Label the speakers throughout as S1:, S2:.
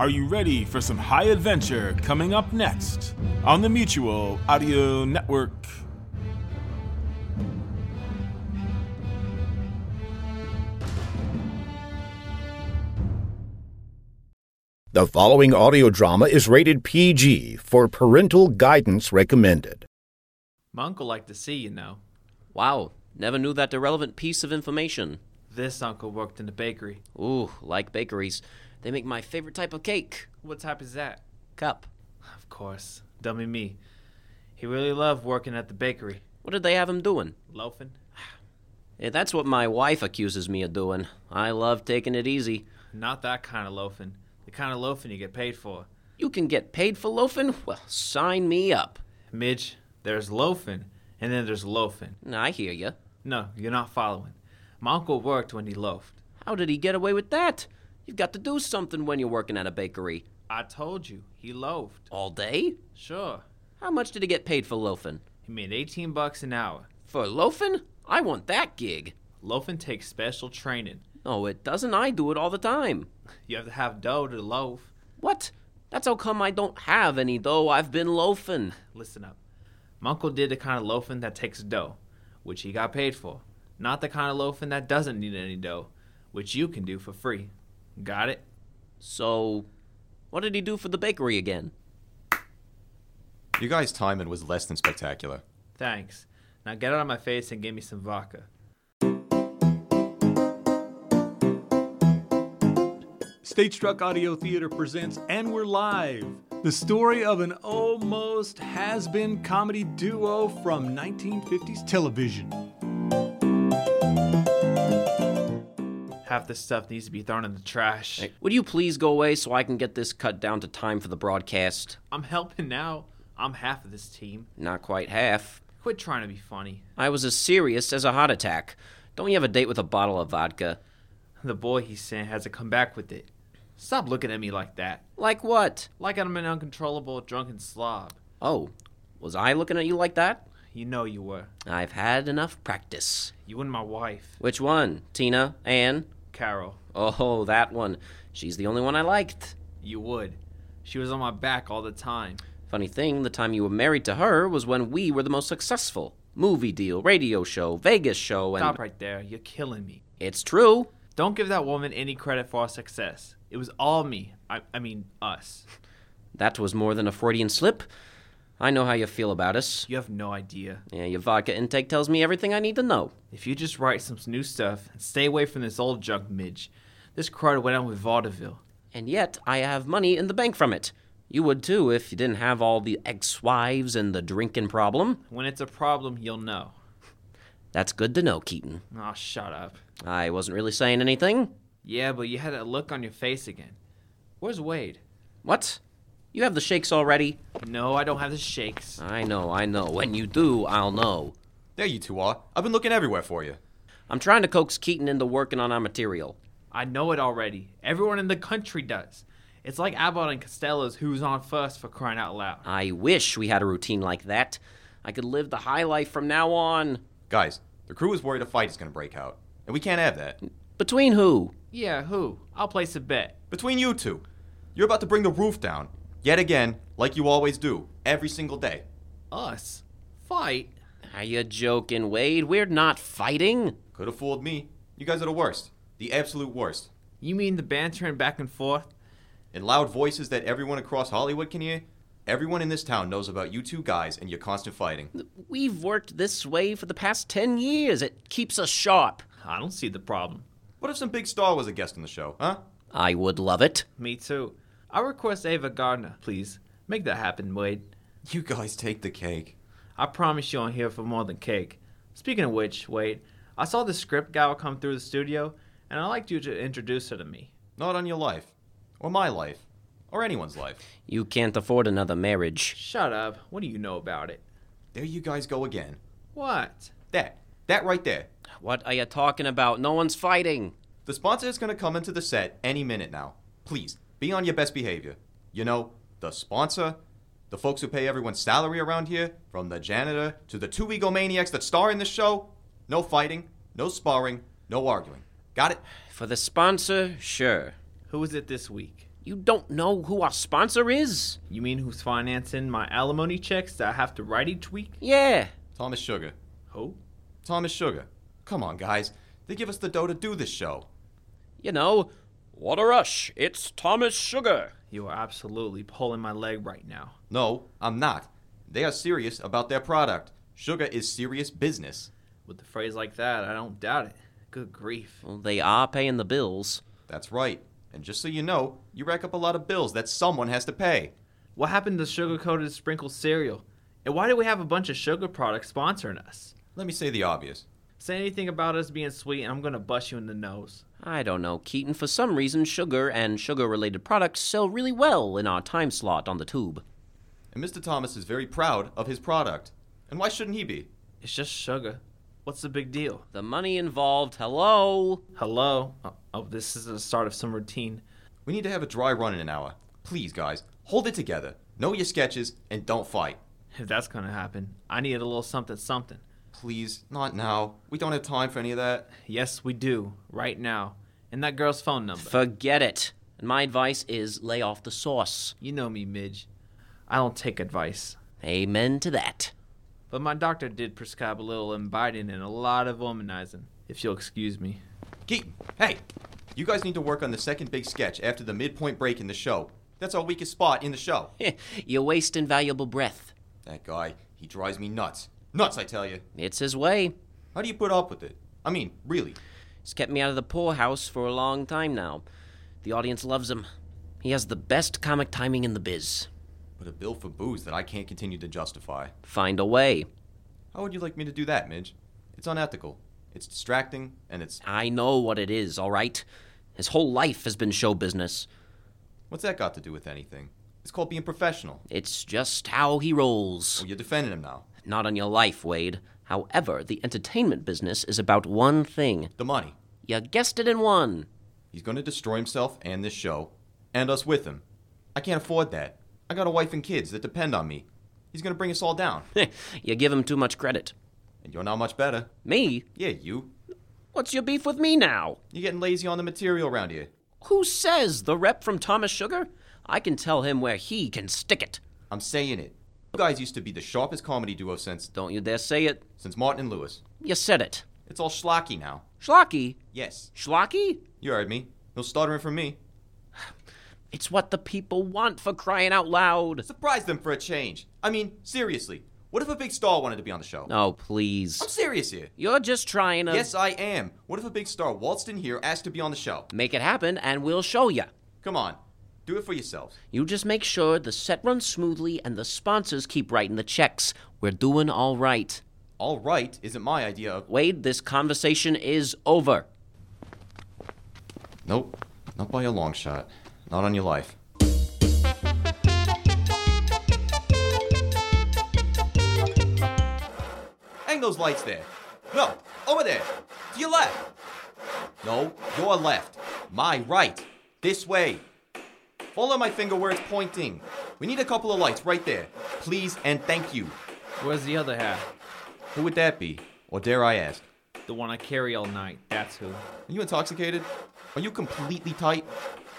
S1: Are you ready for some high adventure coming up next on the Mutual Audio Network?
S2: The following audio drama is rated PG for parental guidance recommended.
S3: My uncle liked to see, you know.
S4: Wow, never knew that irrelevant piece of information.
S3: This uncle worked in a bakery.
S4: Ooh, like bakeries. They make my favorite type of cake.
S3: What type is that?
S4: Cup.
S3: Of course, dummy me. He really loved working at the bakery.
S4: What did they have him doing?
S3: Loafing?
S4: Eh, that's what my wife accuses me of doing. I love taking it easy.
S3: Not that kind of loafing. The kind of loafing you get paid for.
S4: You can get paid for loafing? Well, sign me up.
S3: Midge, there's loafing, and then there's loafing.
S4: Nah, I hear ya.
S3: No, you're not following. My uncle worked when he loafed.
S4: How did he get away with that? You've got to do something when you're working at a bakery.
S3: I told you, he loafed.
S4: All day?
S3: Sure.
S4: How much did he get paid for loafing?
S3: He made 18 bucks an hour.
S4: For loafing? I want that gig.
S3: Loafing takes special training.
S4: No, it doesn't. I do it all the time.
S3: You have to have dough to loaf.
S4: What? That's how come I don't have any dough. I've been loafing.
S3: Listen up. My uncle did the kind of loafing that takes dough, which he got paid for. Not the kind of loafing that doesn't need any dough, which you can do for free. Got it?
S4: So, what did he do for the bakery again?
S5: You guys' timing was less than spectacular.
S3: Thanks. Now get out of my face and give me some vodka.
S6: Stage Struck Audio Theater presents And We're Live, the story of an almost has been comedy duo from 1950s television.
S3: Half this stuff needs to be thrown in the trash.
S4: Hey, would you please go away so I can get this cut down to time for the broadcast?
S3: I'm helping now. I'm half of this team.
S4: Not quite half.
S3: Quit trying to be funny.
S4: I was as serious as a heart attack. Don't you have a date with a bottle of vodka?
S3: The boy he sent has to come back with it. Stop looking at me like that.
S4: Like what?
S3: Like I'm an uncontrollable drunken slob.
S4: Oh, was I looking at you like that?
S3: You know you were.
S4: I've had enough practice.
S3: You and my wife,
S4: Which one? Tina? Anne?
S3: Carol.
S4: Oh, that one. She's the only one I liked.
S3: You would. She was on my back all the time.
S4: Funny thing, the time you were married to her was when we were the most successful. Movie deal, radio show, Vegas show, and.
S3: Stop right there. You're killing me.
S4: It's true.
S3: Don't give that woman any credit for our success. It was all me. I, I mean, us.
S4: That was more than a Freudian slip. I know how you feel about us.
S3: You have no idea.
S4: Yeah, your vodka intake tells me everything I need to know.
S3: If you just write some new stuff and stay away from this old junk, Midge, this crowd went out with vaudeville.
S4: And yet, I have money in the bank from it. You would too if you didn't have all the ex wives and the drinking problem.
S3: When it's a problem, you'll know.
S4: That's good to know, Keaton.
S3: Aw, shut up.
S4: I wasn't really saying anything.
S3: Yeah, but you had that look on your face again. Where's Wade?
S4: What? You have the shakes already?
S3: No, I don't have the shakes.
S4: I know, I know. When you do, I'll know.
S5: There you two are. I've been looking everywhere for you.
S4: I'm trying to coax Keaton into working on our material.
S3: I know it already. Everyone in the country does. It's like Abbott and Costello's Who's On First for crying out loud.
S4: I wish we had a routine like that. I could live the high life from now on.
S5: Guys, the crew is worried a fight is gonna break out, and we can't have that.
S4: Between who?
S3: Yeah, who? I'll place a bet.
S5: Between you two, you're about to bring the roof down, yet again, like you always do, every single day.
S3: Us? Fight?
S4: Are you joking, Wade? We're not fighting.
S5: Could have fooled me. You guys are the worst. The absolute worst.
S3: You mean the bantering back and forth?
S5: In loud voices that everyone across Hollywood can hear, everyone in this town knows about you two guys and your constant fighting.
S4: We've worked this way for the past 10 years. It keeps us sharp.
S3: I don't see the problem.
S5: What if some big star was a guest on the show, huh?
S4: I would love it.
S3: Me too. I request Ava Gardner, please. Make that happen, Wade.
S5: You guys take the cake.
S3: I promise you I'm here for more than cake. Speaking of which, Wade, I saw the script gal come through the studio, and I'd like you to introduce her to me.
S5: Not on your life, or my life, or anyone's life.
S4: You can't afford another marriage.
S3: Shut up. What do you know about it?
S5: There you guys go again.
S3: What?
S5: That, that right there.
S4: What are you talking about? No one's fighting.
S5: The sponsor is going to come into the set any minute now. Please, be on your best behavior. You know, the sponsor, the folks who pay everyone's salary around here, from the janitor to the two egomaniacs that star in this show. No fighting, no sparring, no arguing. Got it?
S4: For the sponsor, sure.
S3: Who is it this week?
S4: You don't know who our sponsor is?
S3: You mean who's financing my alimony checks that I have to write each week?
S4: Yeah.
S5: Thomas Sugar.
S3: Who?
S5: Thomas Sugar. Come on, guys. They give us the dough to do this show.
S4: You know, what a rush. It's Thomas Sugar.
S3: You are absolutely pulling my leg right now.
S5: No, I'm not. They are serious about their product. Sugar is serious business.
S3: With a phrase like that, I don't doubt it. Good grief.
S4: Well, they are paying the bills.
S5: That's right. And just so you know, you rack up a lot of bills that someone has to pay.
S3: What happened to sugar coated sprinkle cereal? And why do we have a bunch of sugar products sponsoring us?
S5: Let me say the obvious.
S3: Say anything about us being sweet, and I'm gonna bust you in the nose.
S4: I don't know, Keaton. For some reason, sugar and sugar related products sell really well in our time slot on the tube.
S5: And Mr. Thomas is very proud of his product. And why shouldn't he be?
S3: It's just sugar. What's the big deal?
S4: The money involved, hello?
S3: Hello? Oh, oh, this is the start of some routine.
S5: We need to have a dry run in an hour. Please, guys, hold it together. Know your sketches and don't fight.
S3: If that's gonna happen, I need a little something something.
S5: Please, not now. We don't have time for any of that.
S3: Yes, we do, right now. And that girl's phone number.
S4: Forget it. And my advice is lay off the sauce.
S3: you know me, Midge. I don't take advice.
S4: Amen to that.
S3: But my doctor did prescribe a little imbibing and a lot of womanizing, if you'll excuse me.
S5: Keaton, hey! You guys need to work on the second big sketch after the midpoint break in the show. That's our weakest spot in the show.
S4: You're wasting valuable breath.
S5: that guy, he drives me nuts. Nuts, I tell you.
S4: It's his way.
S5: How do you put up with it? I mean, really.
S4: He's kept me out of the poorhouse for a long time now. The audience loves him. He has the best comic timing in the biz.
S5: But a bill for booze that I can't continue to justify.
S4: Find a way.
S5: How would you like me to do that, Midge? It's unethical. It's distracting, and it's.
S4: I know what it is, all right? His whole life has been show business.
S5: What's that got to do with anything? It's called being professional.
S4: It's just how he rolls.
S5: Well, you're defending him now.
S4: Not on your life, Wade. However, the entertainment business is about one thing.
S5: The money.
S4: You guessed it in one.
S5: He's going to destroy himself and this show, and us with him. I can't afford that. I got a wife and kids that depend on me. He's going to bring us all down.
S4: you give him too much credit.
S5: and you're not much better.
S4: Me?
S5: Yeah, you.
S4: What's your beef with me now?
S5: You're getting lazy on the material around here.
S4: Who says the rep from Thomas Sugar? I can tell him where he can stick it.
S5: I'm saying it. You guys used to be the sharpest comedy duo since
S4: Don't you dare say it.
S5: since Martin and Lewis.
S4: You said it.
S5: It's all schlocky now.
S4: Schlocky?
S5: Yes.
S4: Schlocky?
S5: You heard me. No stuttering from me.
S4: It's what the people want for crying out loud.
S5: Surprise them for a change. I mean, seriously. What if a big star wanted to be on the show?
S4: Oh, please.
S5: I'm serious here.
S4: You're just trying to
S5: Yes, I am. What if a big star waltzed in here, asked to be on the show?
S4: make it happen, and we'll show you.
S5: Come on. Do it for yourselves.
S4: You just make sure the set runs smoothly and the sponsors keep writing the checks. We're doing all right.
S5: All right isn't my idea of.
S4: Wade, this conversation is over.
S5: Nope. Not by a long shot. Not on your life. Hang those lights there. No, over there. To your left. No, your left. My right. This way. Follow my finger where it's pointing. We need a couple of lights right there. Please and thank you.
S3: Where's the other half?
S5: Who would that be? Or dare I ask?
S3: The one I carry all night, that's who.
S5: Are you intoxicated? Are you completely tight?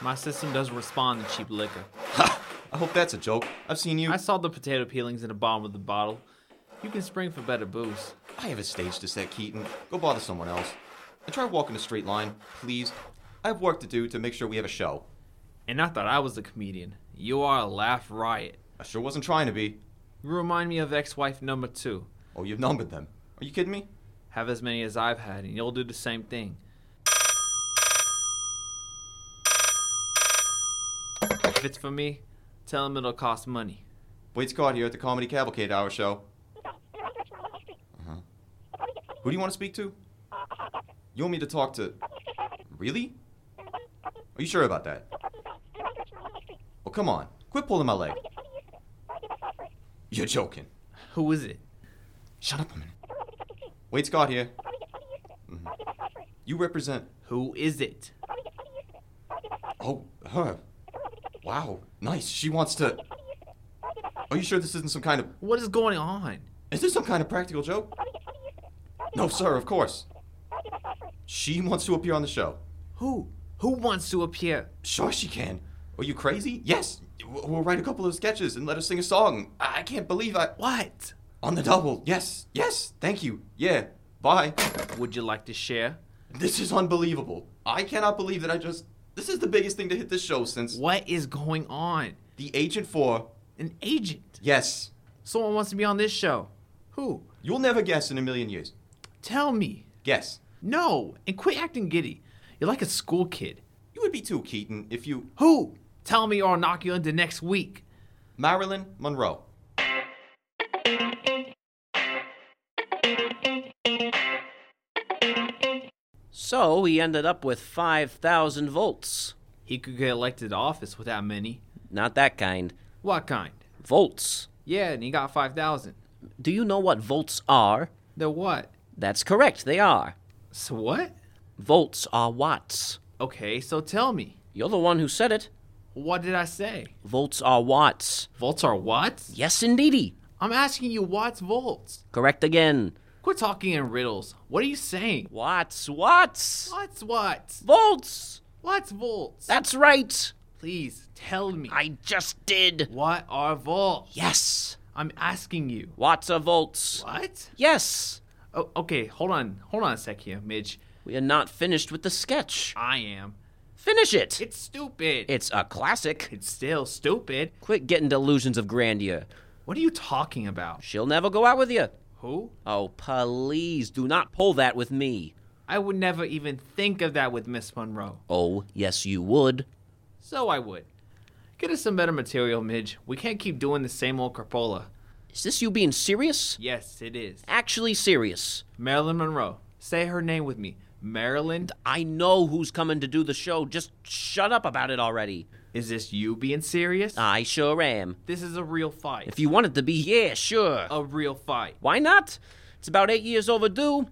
S3: My system doesn't respond to cheap liquor.
S5: I hope that's a joke. I've seen you.
S3: I saw the potato peelings in the bottom of the bottle. You can spring for better booze.
S5: I have a stage to set, Keaton. Go bother someone else. And try walking a straight line, please. I have work to do to make sure we have a show.
S3: And I thought I was a comedian. You are a laugh riot.
S5: I sure wasn't trying to be.
S3: You remind me of ex wife number two.
S5: Oh, you've numbered them. Are you kidding me?
S3: Have as many as I've had, and you'll do the same thing. If it's for me, tell him it'll cost money.
S5: Wade Scott here at the Comedy Cavalcade Hour Show. Uh-huh. Who do you want to speak to? You want me to talk to. Really? Are you sure about that? Oh, come on. Quit pulling my leg. You're joking.
S3: Who is it?
S5: Shut up a minute. Wade Scott here. Mhm. You represent.
S3: Who is it?
S5: Oh, her. Wow, nice. She wants to. Are you sure this isn't some kind of.
S3: What is going on?
S5: Is this some kind of practical joke? No, sir, of course. She wants to appear on the show.
S3: Who? Who wants to appear?
S5: Sure, she can. Are you crazy? Yes. W- We'll write a couple of sketches and let her sing a song. I I can't believe I.
S3: What?
S5: On the double. Yes. Yes. Thank you. Yeah. Bye.
S3: Would you like to share?
S5: This is unbelievable. I cannot believe that I just. This is the biggest thing to hit this show since.
S3: What is going on?
S5: The Agent 4.
S3: An agent.
S5: Yes.
S3: Someone wants to be on this show. Who?
S5: You'll never guess in a million years.
S3: Tell me.
S5: Guess.
S3: No, and quit acting giddy. You're like a school kid.
S5: You would be too, Keaton, if you.
S3: Who? Tell me or I'll knock you into next week.
S5: Marilyn Monroe.
S4: So he ended up with 5,000 volts.
S3: He could get elected to office without many.
S4: Not that kind.
S3: What kind?
S4: Volts.
S3: Yeah, and he got 5,000.
S4: Do you know what volts are?
S3: The what?
S4: That's correct, they are.
S3: So what?
S4: Volts are watts.
S3: Okay, so tell me.
S4: You're the one who said it.
S3: What did I say?
S4: Volts are watts.
S3: Volts are watts?
S4: Yes, indeedy.
S3: I'm asking you watts volts.
S4: Correct again.
S3: Quit talking in riddles. What are you saying?
S4: Watts, watts.
S3: What's watts?
S4: Volts.
S3: What's volts?
S4: That's right.
S3: Please tell me.
S4: I just did.
S3: What are volts?
S4: Yes.
S3: I'm asking you.
S4: Watts are volts.
S3: What?
S4: Yes.
S3: Oh, okay, hold on. Hold on a sec here, Midge.
S4: We are not finished with the sketch.
S3: I am.
S4: Finish it.
S3: It's stupid.
S4: It's a classic.
S3: It's still stupid.
S4: Quit getting delusions of grandeur.
S3: What are you talking about?
S4: She'll never go out with you.
S3: Who?
S4: Oh, please do not pull that with me.
S3: I would never even think of that with Miss Monroe.
S4: Oh, yes, you would.
S3: So I would. Get us some better material, Midge. We can't keep doing the same old crapola.
S4: Is this you being serious?
S3: Yes, it is.
S4: Actually, serious.
S3: Marilyn Monroe. Say her name with me. Marilyn,
S4: I know who's coming to do the show. Just shut up about it already.
S3: is this you being serious?
S4: I sure am.
S3: this is a real fight.
S4: Uh, If you want it to be, yeah, sure.
S3: a real fight.
S4: Why not? It's about eight years overdue.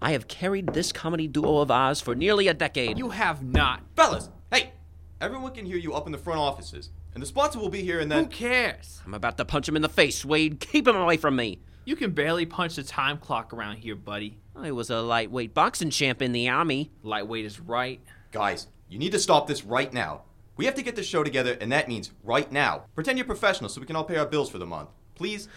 S4: I have carried this comedy duo of ours for nearly a decade.
S3: You have not.
S5: Fellas, hey! Everyone can hear you up in the front offices, and the sponsor will be here and then.
S3: Who cares?
S4: I'm about to punch him in the face, Wade. Keep him away from me.
S3: You can barely punch the time clock around here, buddy.
S4: I was a lightweight boxing champ in the army.
S3: Lightweight is right.
S5: Guys, you need to stop this right now. We have to get this show together, and that means right now. Pretend you're professional so we can all pay our bills for the month. Please?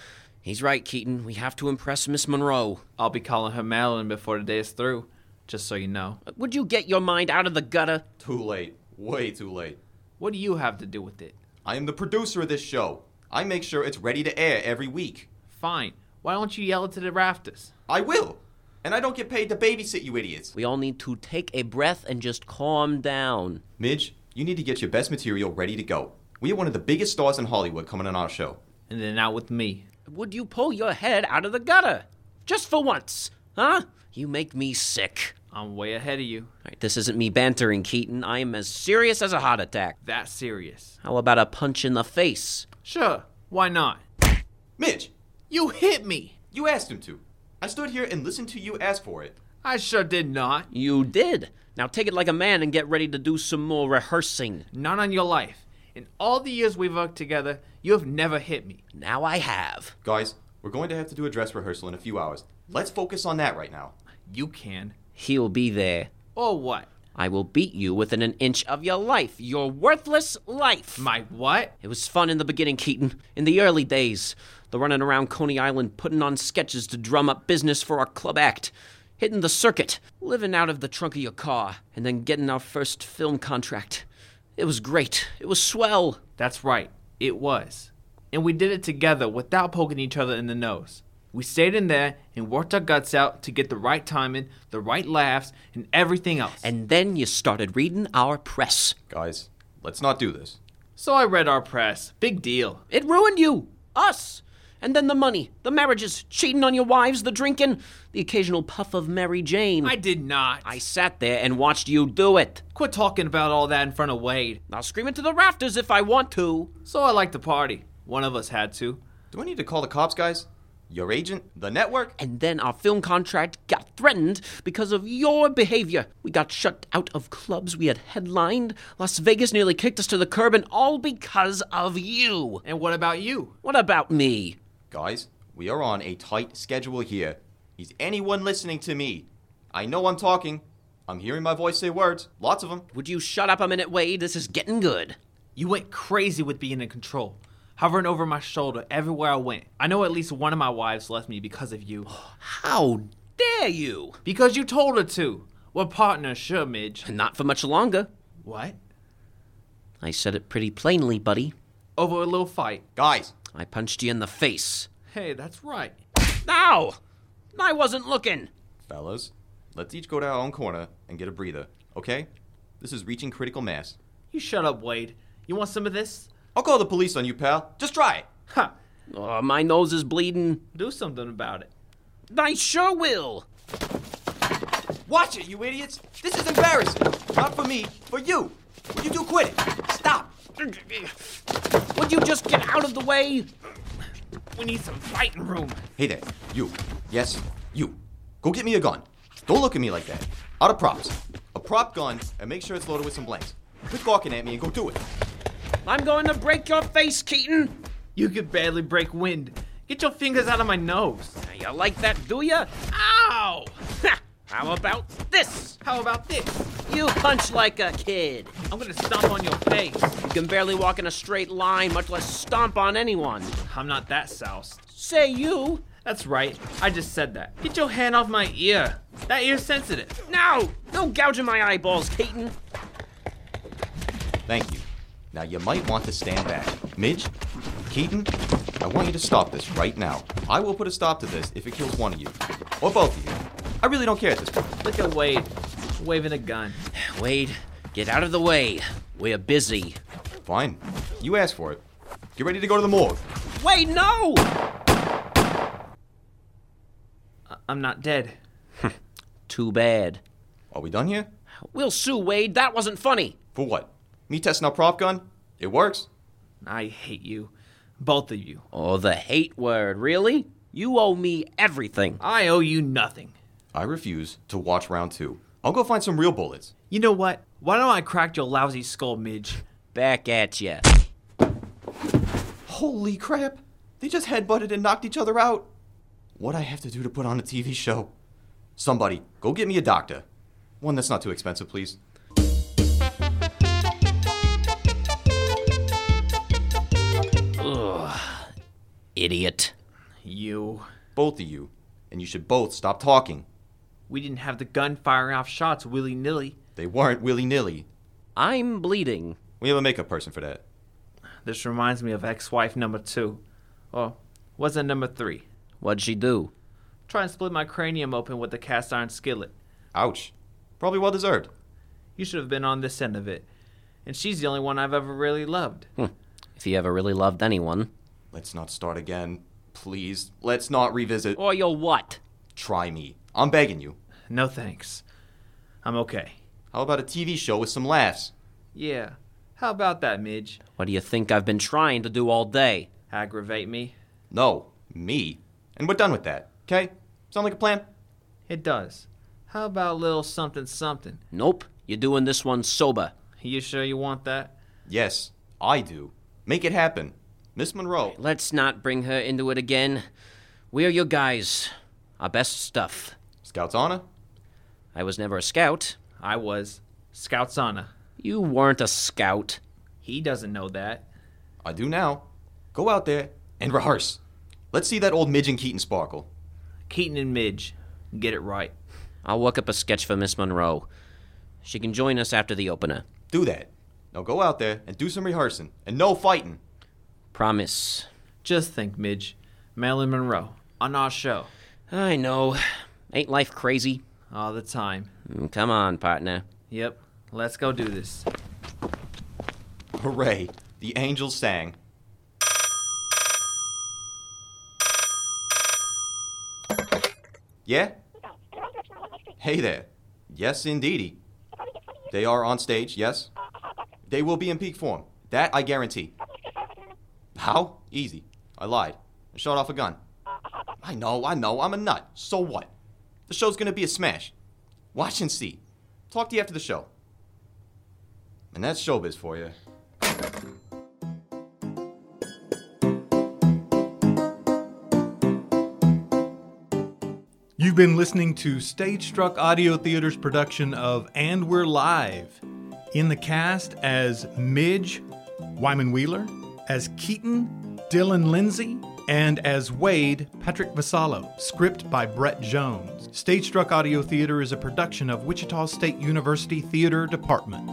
S4: He's right, Keaton. We have to impress Miss Monroe.
S3: I'll be calling her Marilyn before the day is through, just so you know.
S4: Uh, Would you get your mind out of the gutter?
S5: Too late. Way too late.
S3: What do you have to do with it?
S5: I am the producer of this show. I make sure it's ready to air every week.
S3: Fine. Why don't you yell it to the rafters?
S5: I will! And I don't get paid to babysit you idiots.
S4: We all need to take a breath and just calm down.
S5: Midge, you need to get your best material ready to go. We have one of the biggest stars in Hollywood coming on our show.
S3: And then out with me.
S4: Would you pull your head out of the gutter? Just for once, huh? You make me sick.
S3: I'm way ahead of you.
S4: All right, this isn't me bantering, Keaton. I am as serious as a heart attack.
S3: That serious.
S4: How about a punch in the face?
S3: Sure. Why not?
S5: Midge,
S3: You hit me.
S5: you asked him to. I stood here and listened to you ask for it.
S3: I sure did not.
S4: You did. Now take it like a man and get ready to do some more rehearsing.
S3: Not on your life. In all the years we've worked together, you have never hit me.
S4: Now I have.
S5: Guys, we're going to have to do a dress rehearsal in a few hours. Let's focus on that right now.
S3: You can.
S4: He'll be there.
S3: Or what?
S4: I will beat you within an inch of your life, your worthless life.
S3: My what?
S4: It was fun in the beginning, Keaton. In the early days, the running around Coney Island putting on sketches to drum up business for our club act, hitting the circuit, living out of the trunk of your car, and then getting our first film contract. It was great. It was swell.
S3: That's right. It was. And we did it together without poking each other in the nose. We stayed in there and worked our guts out to get the right timing, the right laughs, and everything else.
S4: And then you started reading our press.
S5: Guys, let's not do this.
S3: so I read our press. Big deal.
S4: It ruined you. Us. And then the money, the marriages, cheating on your wives, the drinking, the occasional puff of Mary Jane.
S3: I did not.
S4: I sat there and watched you do it.
S3: quit talking about all that in front of Wade.
S4: I'll scream it to the rafters if I want to.
S3: So I like to party. One of us had to.
S5: Do I need to call the cops, guys? Your agent? The network?
S4: And then our film contract got threatened because of your behavior. We got shut out of clubs we had headlined. Las Vegas nearly kicked us to the curb, and all because of you.
S3: And what about you?
S4: What about me?
S5: Guys, we are on a tight schedule here. Is anyone listening to me? I know I'm talking. I'm hearing my voice say words, lots of them.
S4: Would you shut up a minute, Wade? This is getting good.
S3: You went crazy with being in control, hovering over my shoulder everywhere I went. I know at least one of my wives left me because of
S4: Oh,
S3: you.
S4: How dare you?
S3: Because you told her to. We're partners, sure, Midge.
S4: Not for much longer.
S3: What?
S4: I said it pretty plainly, buddy.
S3: Over a little fight.
S5: Guys,
S4: I punched you in the face.
S3: Hey, that's right.
S4: Ow! I wasn't looking.
S5: fellas, let's each go to our own corner and get a breather, okay? This is reaching critical mass.
S3: You shut up, Wade. You want some of this?
S5: I'll call the police on you, pal. Just try it.
S3: Ha!
S4: Oh, my nose is bleeding.
S3: Do something about it.
S4: I sure will.
S5: Watch it, you idiots! This is embarrassing! Not for me, for you! Will you do quit it? Stop!
S4: Would you just get out of the way?
S3: We need some fighting room.
S5: Hey there, you. Yes, you. Go get me a gun. Don't look at me like that. Out of props. A prop gun, and make sure it's loaded with some blanks. Quit gawking at me and go do it.
S4: I'm going to break your face, Keaton.
S3: You could barely break wind. Get your fingers out of my nose.
S4: You like that, do ya? Ow! Ha! How about this?
S3: How about this?
S4: You punch like a kid.
S3: I'm gonna stomp on your face.
S4: You can barely walk in a straight line, much less stomp on anyone.
S3: I'm not that soused.
S4: Say you.
S3: That's right. I just said that. Get your hand off my ear. That ear's sensitive.
S4: No! No gouging my eyeballs, Keaton.
S5: Thank you. Now you might want to stand back. Midge, Keaton, I want you to stop this right now. I will put a stop to this if it kills one of you. Or both of you. I really don't care at this point.
S3: Look at Wade, waving a gun.
S4: Wade, get out of the way. We're busy.
S5: Fine. You asked for it. Get ready to go to the morgue.
S4: Wade, no!
S3: I'm not dead.
S4: Too bad.
S5: Are we done here?
S4: We'll sue Wade. That wasn't funny.
S5: For what? Me testing out prop gun? It works.
S3: I hate you. Both of you.
S4: Oh, the hate word, really? You owe me everything.
S3: I owe you nothing.
S5: I refuse to watch round two. I'll go find some real bullets.
S3: You know what? Why don't I crack your lousy skull, Midge?
S4: Back at ya.
S5: Holy crap! They just headbutted and knocked each other out. What I have to do to put on a TV show? Somebody, go get me a doctor. One that's not too expensive, please.
S4: Idiot.
S3: You.
S5: Both of you. And you should both stop talking.
S3: We didn't have the gun firing off shots willy nilly.
S5: They weren't willy nilly.
S4: I'm bleeding.
S5: We have a makeup person for that.
S3: This reminds me of ex wife number two. Or was it number three?
S4: What'd she do?
S3: Try and split my cranium open with a cast iron skillet.
S5: Ouch. Probably well deserved.
S3: You should have been on this end of it. And she's the only one I've ever really loved.
S4: If you ever really loved anyone.
S5: Let's not start again. Please, let's not revisit.
S4: Or you'll what?
S5: Try me. I'm begging you.
S3: No thanks. I'm okay.
S5: How about a TV show with some laughs?
S3: Yeah. How about that, Midge?
S4: What do you think I've been trying to do all day?
S3: Aggravate me?
S5: No, me. And we're done with that, okay? Sound like a plan?
S3: It does. How about a little something something?
S4: Nope, you're doing this one sober.
S3: You sure you want that?
S5: Yes, I do. Make it happen. Miss Monroe.
S4: Let's not bring her into it again. We're your guys. Our best stuff.
S5: Scouts honor?
S4: I was never a scout.
S3: I was. Scout's honor.
S4: You weren't a scout.
S3: He doesn't know that.
S5: I do now. Go out there and rehearse. Let's see that old Midge and Keaton sparkle.
S3: Keaton and Midge. Get it right.
S4: I'll work up a sketch for Miss Monroe. She can join us after the opener.
S5: Do that. Now go out there and do some rehearsing and no fighting.
S4: Promise.
S3: Just think, Midge. Marilyn Monroe. On our show.
S4: I know. Ain't life crazy?
S3: All the time.
S4: Mm, Come on, partner.
S3: Yep. Let's go do this.
S5: Hooray. The angels sang. Yeah? Hey there. Yes, indeedy. They are on stage, yes? They will be in peak form. That I guarantee. How? Easy. I lied. I shot off a gun. I know, I know, I'm a nut. So what? The show's gonna be a smash. Watch and see. Talk to you after the show. And that's showbiz for you.
S6: You've been listening to Stage Struck Audio Theater's production of And We're Live. In the cast as Midge, Wyman Wheeler, as Keaton, Dylan Lindsay, and as Wade, Patrick Vasallo, script by Brett Jones. Stage Struck Audio Theater is a production of Wichita State University Theater Department.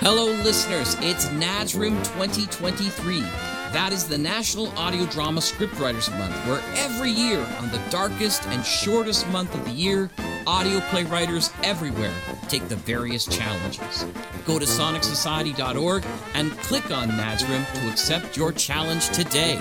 S7: Hello, listeners. It's NASRIM 2023. That is the National Audio Drama Scriptwriters Month, where every year, on the darkest and shortest month of the year, audio playwriters everywhere take the various challenges. Go to sonicsociety.org and click on NASRIM to accept your challenge today.